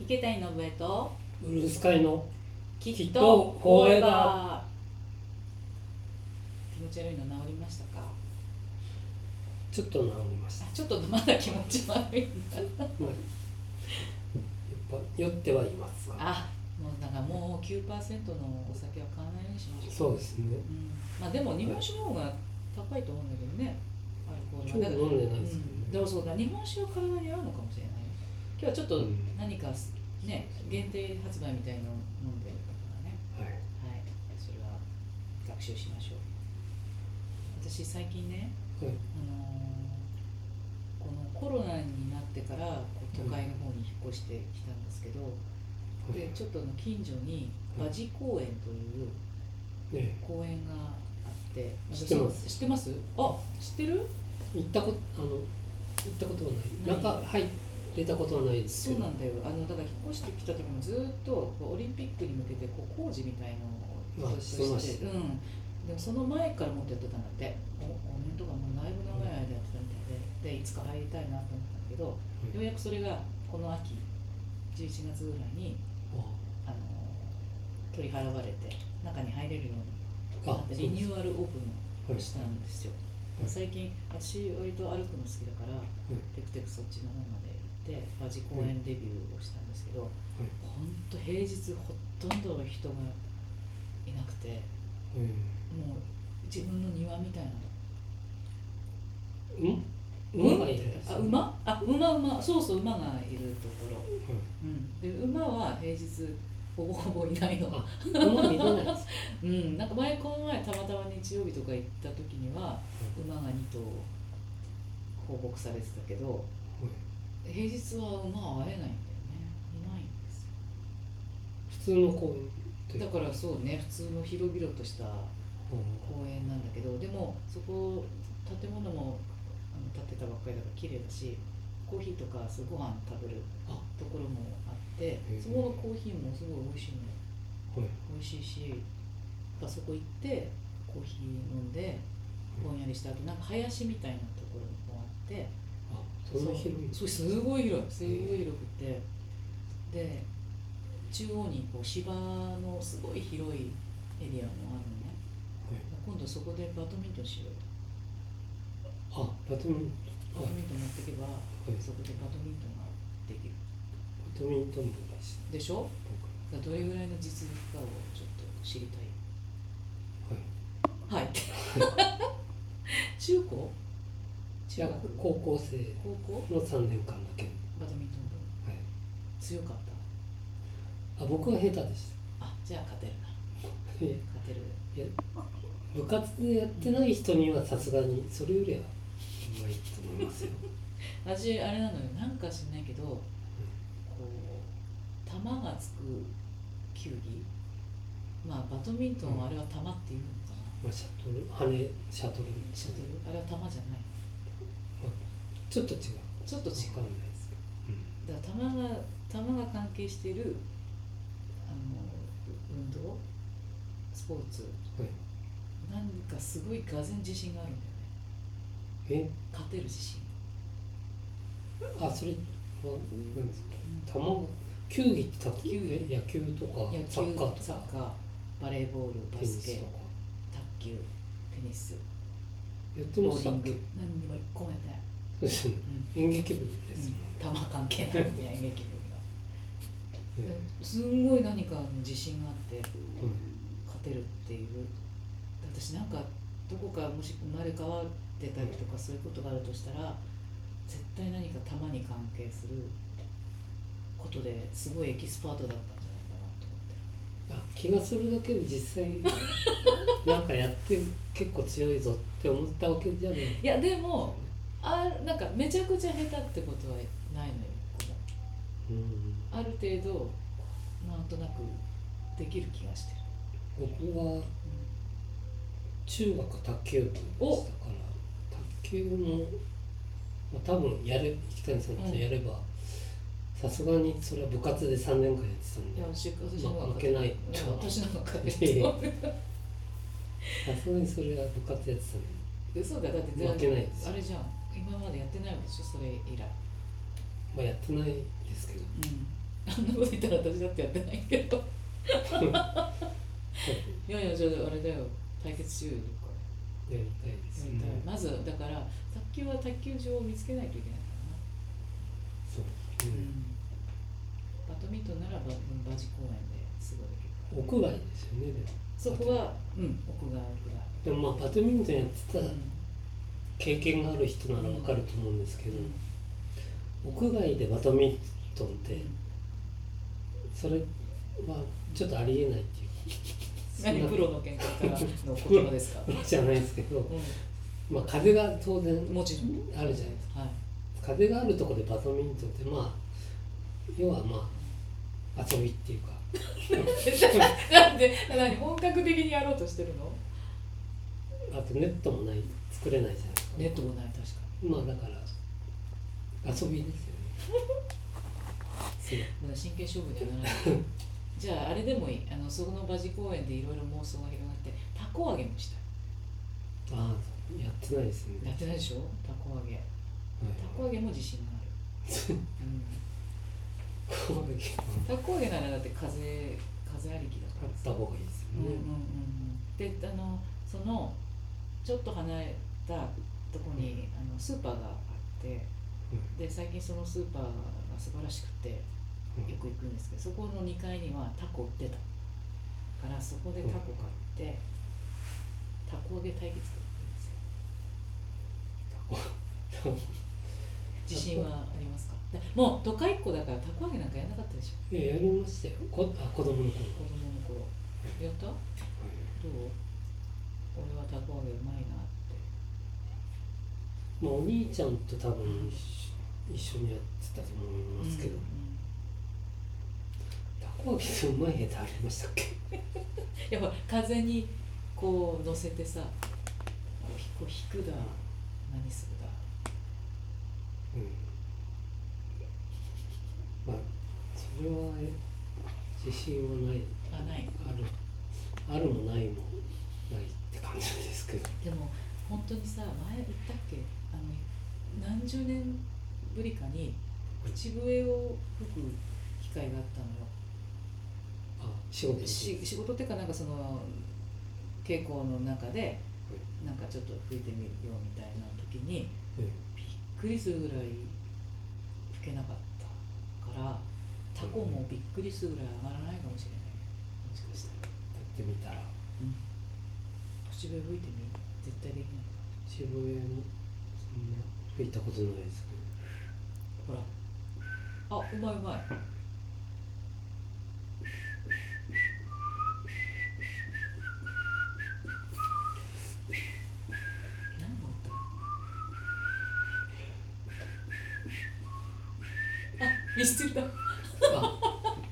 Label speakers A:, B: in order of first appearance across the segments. A: 池谷信江と
B: ブルースカイの
A: き
B: っとフォーエバ
A: ー気持ち悪いの治りましたか
B: ちょっと治りました、
A: あちょっとまだ気持ち悪いんだ
B: まあ、やっぱ酔ってはいますが
A: あもうなんかもう9%のお酒は買わないようにしましょう
B: そうですね
A: うんまあでも日本酒の方が高いと思うんだけどねアルコー
B: 今
A: ル
B: 日
A: はだから
B: 飲んでないですよね、
A: うん、でもそうだ日本酒は体に合うのかもしれないよ今日はちょっと何かすね限定発売みたいのを飲んでるからね
B: はい
A: はいそれは学習しましょう私最近ね、
B: は
A: あ
B: い
A: のーこのコロナになってからこう都会の方に引っ越してきたんですけど、
B: はい
A: でちょっとあの近所に馬事公園という
B: え
A: 公園があって
B: 知ってます
A: 知ってますあ知ってる
B: え行ったことあの行ったことはない
A: ない
B: 中入れたことはないです
A: そ
B: け
A: う
B: ど
A: なんだよあのだから引っ越してきた時もずっとこうオリンピックに向けてこう工事みたいのを
B: あ
A: ずっと
B: してま
A: し
B: してた
A: うんでもその前からもっとやってたんだって5年とかもうだいぶ長い間やってたみたいででいつか入りたいなと思ったんだけどよ
B: い
A: や
B: う
A: くそれがこの秋11月ぐらいにあの取り払われて中に入れるよう
B: あ
A: に
B: あ
A: なって
B: そう
A: リニ
B: です
A: ューアルオープン
B: は
A: を
B: い
A: したんですよ、
B: はい
A: 最近私割と歩くの好きだから、テクテクそっちの方まで行って馬事公園デビューをしたんですけど、ほんと平日ほとんど人がいなくてもう自分の庭みたいなの
B: うんうん
A: うん
B: 馬がいる
A: あ馬あ馬馬そうそう馬がいるところ、うん、で馬は平日ほぼほぼいないの
B: あ馬見れないです
A: うん、なんか前この前たまたま日曜日とか行った時には馬が2頭放牧されてたけど平日は馬は会えないんだよねいないんですよ
B: 普通の公園という
A: だからそうね普通の広々とした
B: うん
A: 公園なんだけどでもそこ建物もあの建てたばっかりだから綺麗だしコーヒーとかそうご飯食べる
B: あ
A: ところもあって
B: え
A: そこのコーヒーもすごい美味しいのよ
B: はい
A: 美味しいしやっぱそこ行ってコーヒー飲んでぼんやりした後なんか林みたいなところもあって
B: あそんな広いんです
A: そうすごい広いすごい広くてで中央にこう芝のすごい広いエリアもあるのね
B: はい
A: 今度そこでバドミントンしようよ
B: あバドミン
A: バドミントン持ってけば
B: トンはい
A: そこでバドミントンができる
B: バドミントン部でした
A: でしょだ
B: 僕
A: からどれぐらいの実力かをちょっと知りたい
B: はい
A: はい中高中
B: 中
A: 学
B: 学高校生
A: 高校
B: の3年間だけ、は
A: バドミントン部
B: い、
A: 強かった
B: あ僕は下手でし
A: あじゃあ勝てるな
B: たいや
A: 勝てる
B: 部活でやってない人にはさすがにそれよりはうまいと思いま すよ
A: 私あれなのよなんか知んないけどこう球がつく球技まあバドミントンはあれは球っていうのかな、
B: まあシャトル羽根シャトル
A: シャトルあれは球じゃない
B: ちょっと違う
A: ちょっと違
B: 分
A: う
B: か
A: ん
B: ないですけど、
A: だから球が球が関係しているあの運動スポーツ
B: うんは
A: な
B: い、
A: んかすごいがぜん自信があるんだよね
B: え
A: 勝てる自信
B: あそれは何ですか球球技ってた
A: 球技
B: え野球とか
A: 野球
B: サッカーと
A: サ
B: か
A: ッカーバレーボールバ
B: テニ
A: ス
B: ス
A: ケ
B: とか
A: 卓球テニス
B: やって
A: ボ
B: まし
A: ーリ
B: たっ
A: ン
B: け
A: グ何にも一個もやってない
B: そうですね演劇部です
A: うん、球関 係ないんだよ演劇部が
B: もんね、
A: すんごい何かの自信があって
B: うん
A: 勝てるっていう私なんかどこかもし生まれ変わってたりとかそういうことがあるとしたら絶対何か球に関係することですごいエキスパートだったんじゃないかなと思って
B: あ気がするだけで 実際なんかやって結構強いぞって思ったわけじゃない
A: いやでもあなんかめちゃくちゃ下手ってことはないのよここも
B: うん
A: ある程度なんとなくできる気がしてる、
B: 僕は
A: う
B: 中学卓球部でしたから卓球も、まあ、多分やれ北谷さんとやればさすがにそれは部活で3年間やってたん
A: んい
B: で
A: や私私の
B: まあ
A: 方が
B: 負けない
A: いや私なんか
B: いやいやさすがにそれは部活やってたんで
A: 嘘だだって
B: 負けないです
A: あれじゃん今までやってないわけでしょそれ以来
B: まあやってないですけど
A: うんあんなこと言ったら私だってやってないけ どいやいやじゃああれだよ対決しようよどっか
B: やりたいです
A: で、
B: ね。
A: まずだから卓球は卓球場を見つけないといけないからな
B: そう。うん
A: バドミントンならばうんバジ公園ですぐできるから
B: 屋外ですよね。
A: そこは、うん、屋外ぐらい、
B: でもでもまあバドミントンやって
A: う
B: た
A: ん
B: 経験がある人ならわかると思うんですけど、屋外でバドミントンってそれはちょっとありえないっていう
A: 何プロの見解からの 言葉ですか、
B: ことじゃないですけど、
A: う
B: まあ風が当然
A: ん、もちろん
B: あるじゃないですか。
A: はい
B: 風があるところでバドミントンってまあ要はまあ遊びっていうか。
A: なんで何本格的にやろうとしてるの
B: あとネットもない作れないじゃないですか
A: ネットもない確か
B: まあだから遊びですよ
A: に
B: ね
A: まだ真剣勝負にはならない じゃああれでもいいあのそこの馬事公園でいろいろ妄想が広がってタコ揚げもした
B: そうああやってないですね、
A: いやってないでしょタコ揚げタコ揚げも自信がある、う
B: はい、こういう
A: ん、
B: の
A: タコ揚げならだって風風ありきだか
B: あ
A: ら
B: った方がいいです
A: うん
B: よ
A: うんう
B: ね、
A: んであのそのちょっと離れたとこに、あのスーパーがあってで最近そのスーパーが素晴らしくてよ
B: うん
A: く行くんですけどそこの2階にはタコ売ってたからそこでタコ買ってタコ揚げ対決だったんですよ自信はありますかでもう都会っ子だからタコ揚げなんかやんなかったでしょ
B: いややりましたよこあ子供の
A: 子供の
B: 頃
A: 頃やったどう俺はタコ揚げうまいなって
B: まあお兄ちゃんと多分一緒一緒にやってたと思いますけど、
A: うんうん
B: たこ揚げのうまい下手ありましたっけ
A: やっぱ風にこう乗せてさこう引くだ何するだ
B: うんまあそれはえ自信はない
A: あない
B: あるあるもないもないって感じですけど
A: でも本当にさ前言ったっけあの何十年ぶりかに口笛を吹く機会があったのよ
B: あ仕事です
A: し仕事っていうかなんかその稽古の中でなんかちょっと吹いてみようみたいな時に
B: うん
A: びっくりするぐらい吹けなかったからタコもびっくりするぐらい上がらないかもしれないもしかしたら
B: やってみたら
A: 口笛吹いてみ絶対できない
B: 渋谷もそんな吹いたことないです
A: ほらあうまいうまい何の音あミスチルだ
B: け どあ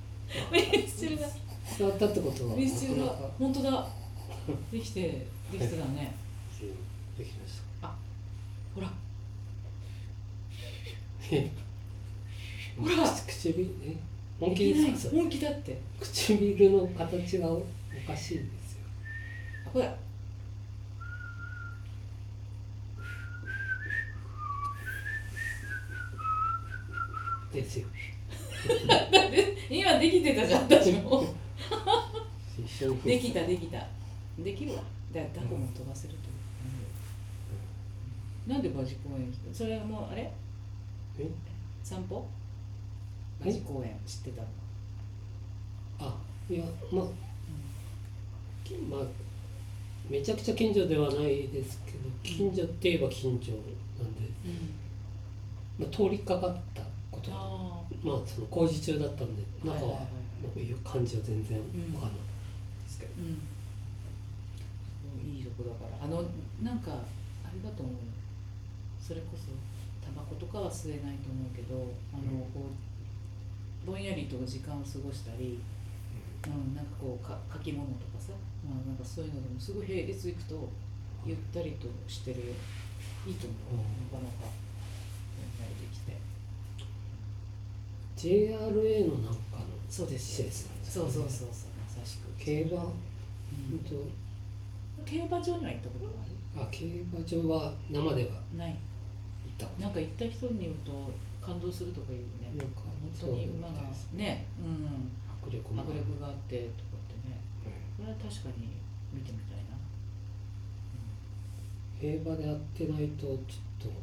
A: ミスチルだ
B: 伝わったってことは
A: ミスチルだ
B: なかなか
A: 本当だできてできてたね
B: できまし
A: ほら
B: たえ
A: ほら
B: 唇え本
A: で
B: 気
A: きない
B: ですか
A: 本気だって
B: それ唇の形がおおかしいんですよ
A: ほら
B: ですよ
A: 今できてたじゃん私も
B: 一緒に吹
A: で
B: い
A: きたできたできるわだからタコも飛ばせると思う、なんで馬事公園それはもうあれ
B: え
A: 散歩
B: え
A: 馬事公園知ってたの
B: あいやまあ、きまあめちゃくちゃ近所ではないですけど近所って言えば近所なんで、まあ、通りかかったことまあ
A: ああ
B: その工事中だったんで中は,、
A: はいはいはい
B: なんかよく感じは全然わかんないですけど、
A: うんいいとこだからあのなんかあれだと思うよそれこそタバコとかは吸えないと思うけどあのこうぼんやりと時間を過ごしたりうん、なんかこうか書き物とかさ、まあ、なんかそういうのでもすごい平日行くとゆったりとしてるいいと思う、なかなかやりできて
B: JRA のなんかの
A: そうで
B: 施設なんです
A: そうそうそうそうまさしく、
B: 競馬ほん
A: うん
B: と
A: 競馬場には行ったことがあ
B: あ競馬場は生では行っ
A: るない
B: たこと
A: なんか行った人に言うと感動するとかいうね
B: なんか
A: 本当に馬がね、うん、
B: 迫力もあ
A: 迫
B: る
A: 力があってとかってねこれは確かに見てみたいな、
B: 平場でやってないとちょっと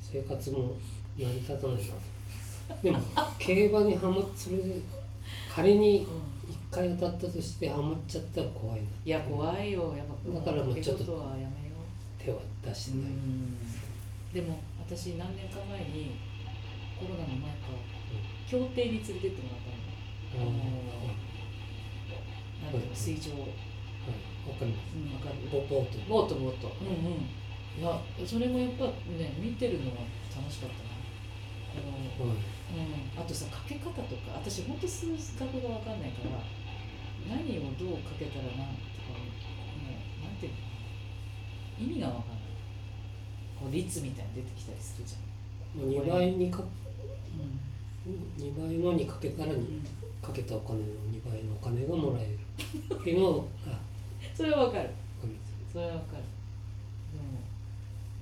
B: 生活も成り立たないなでも競馬にハマっそれで仮に一回当たったとしてハマっちゃったら怖いない
A: や怖いよやっぱ
B: だからもうちょっと
A: このはやめよう
B: 手は出してない、
A: でも私何年か前にコロナの前か競艇に連れてってもらったの
B: ああ
A: うん
B: はい
A: なんていうの水上、うん、
B: わかります
A: わかる
B: ボボート
A: ボートボートうんうんいやそれもやっぱね見てるのは楽しかったなあの
B: はい
A: うん、あとさかけ方とか私本当数学が分かんないから何をどうかけたらなんとかねなんていうのかな意味が分かんないこう率みたいに出てきたりするじゃん、
B: もう2倍にか
A: うん
B: 二倍のにかけたらにかけたお金の2倍のお金がもらえるっていうのをあわか
A: それは分かる
B: ります
A: それは分かるでも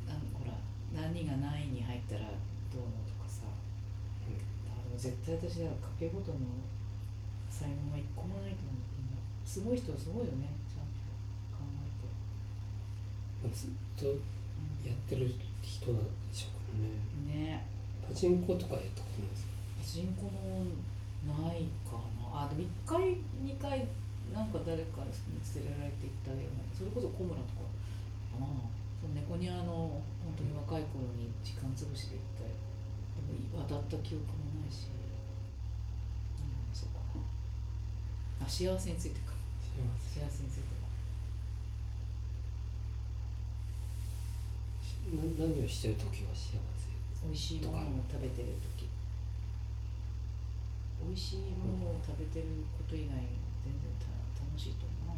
A: なんほら何が何位に入ったらどうのとかさ、
B: ん
A: あでも絶対私だからかけごとの才能は一個もないと思うすごい人はすごいよねちゃんと考えて。
B: ずっとやってる人なんでしょうかね
A: ね
B: パチンコとかやったことないですか
A: 人口もないかなあでも1回2回なんか誰かに連れられて行ったようなそれこそ小村とかかなその猫にあの本当に若い頃に時間潰しで行ったよでも当たった記憶もないしうんそうかなあ幸せについてか
B: 知らない
A: 幸せについてか
B: な何をしてる時は幸せ
A: 美味しいものを食べてる時美味しいものを食べてること以外全然た楽しいと思う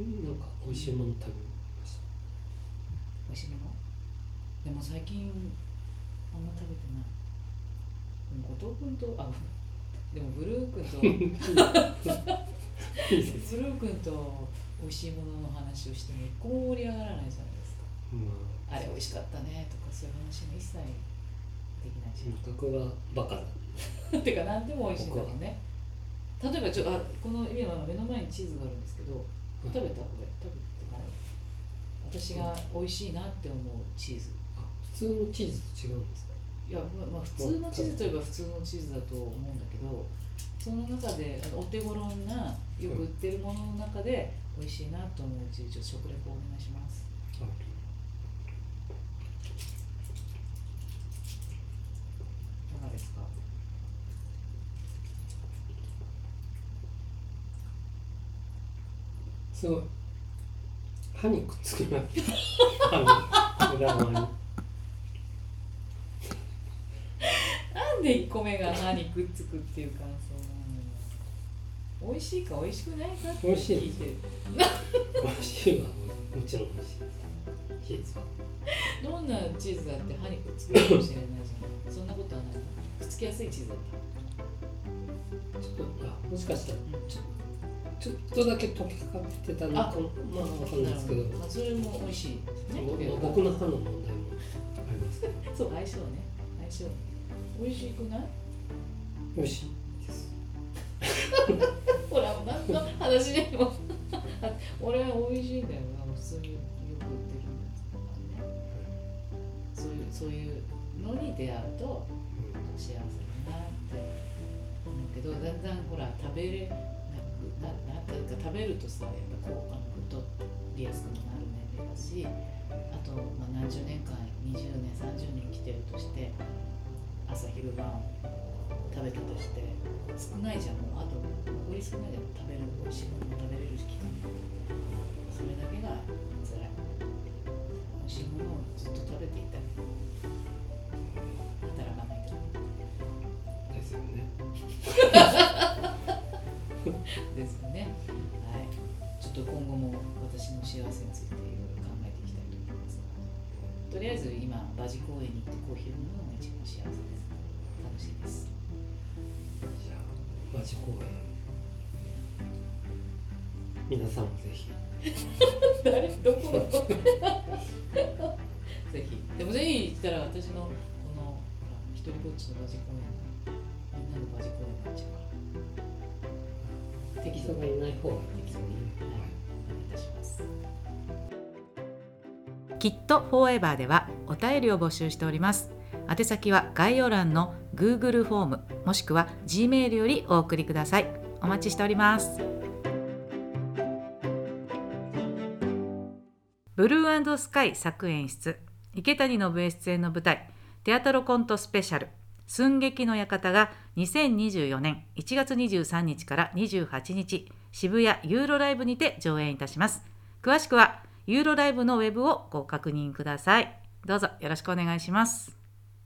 B: うんなんか美味しいもの食べました
A: 美味しいものでも最近あんま食べてないでも後藤君とあ でもブルー君 とブ
B: いいです
A: ルー君と美味しいものの話をしても一個も盛り上がらないじゃないですか
B: まあ
A: あれ美味しかったねとかそういう話も一切できないし
B: 人格がバカだ
A: てか何でも美味しいんだもんね例えばちょあこの今目の前にチーズがあるんですけど食べたこれ食べてから私が美味しいなって思うチーズ
B: あ普通のチーズと違うんですか
A: いやままあ普通のチーズといえば普通のチーズだと思うんだけどその中であのお手頃なよく売ってるものの中で美味しいなと思うチーズちょっと食レポお願いしますいかがですか
B: すごい歯にくっつきます歯の裏側に
A: なんで1個目が歯にくっつくっていう感想なの美味しいか美味しくないかって
B: 美味しい
A: 聞いてる
B: 美味しいわもちろん美味しいですチーズは
A: どんなチーズだって歯にくっつくかもしれないじゃんそんなことはないくっつきやすいチーズだった
B: ちょっとあもしかしたらちょっとだけ溶けかけてたのかまあわかんないですけど
A: まあ、それも美味しいですね
B: 僕僕の歯の問題もありますけど
A: そう相性ね相性美味しくない
B: 美味しいです
A: ほらもう何の話でも俺は美味しいんだよな普通によく売ってるやつとかねそういうそういうのに出会うと幸せだなって思うけどだんだんほら食べれなくななんていうか食べるとさやっぱこうあの太りやすくもなる年齢だしあと、まあ、何十年間20年30年来てるとして朝昼晩食べたとして少ないじゃんもうあと残り少ないじゃん食べる美味しいもの食べれる期間それだけが辛い美味しいものをずっと食べていたい働かないと。
B: ですよね
A: ですよね。はい。ちょっと今後も私の幸せについていろいろ考えていきたいと思います。とりあえず今バジ公園に行ってコーヒーを飲むのが一番幸せです。楽しいです。
B: じゃあマジ公演皆さんもぜひ
A: 誰ど このぜひでもぜひ行ったら私のこのほらちのバジ公園みんなのバジ公園になっちゃうから適
B: 人
A: 当
B: が
A: に
B: いない方がいい
A: 適当
B: ですよ
A: に
B: ね。
A: はいお願いいたします
C: きっとフォーエバーではお便りを募集しております宛先は概要欄の Google フォームもしくは G メールよりお送りくださいお待ちしておりますブルースカイ作演出池谷信枝出演の舞台テアトロコントスペシャル寸劇の館が2024年1月23日から28日渋谷ユーロライブにて上演いたします詳しくはユーロライブのウェブをご確認ください。どうぞよろしくお願いします。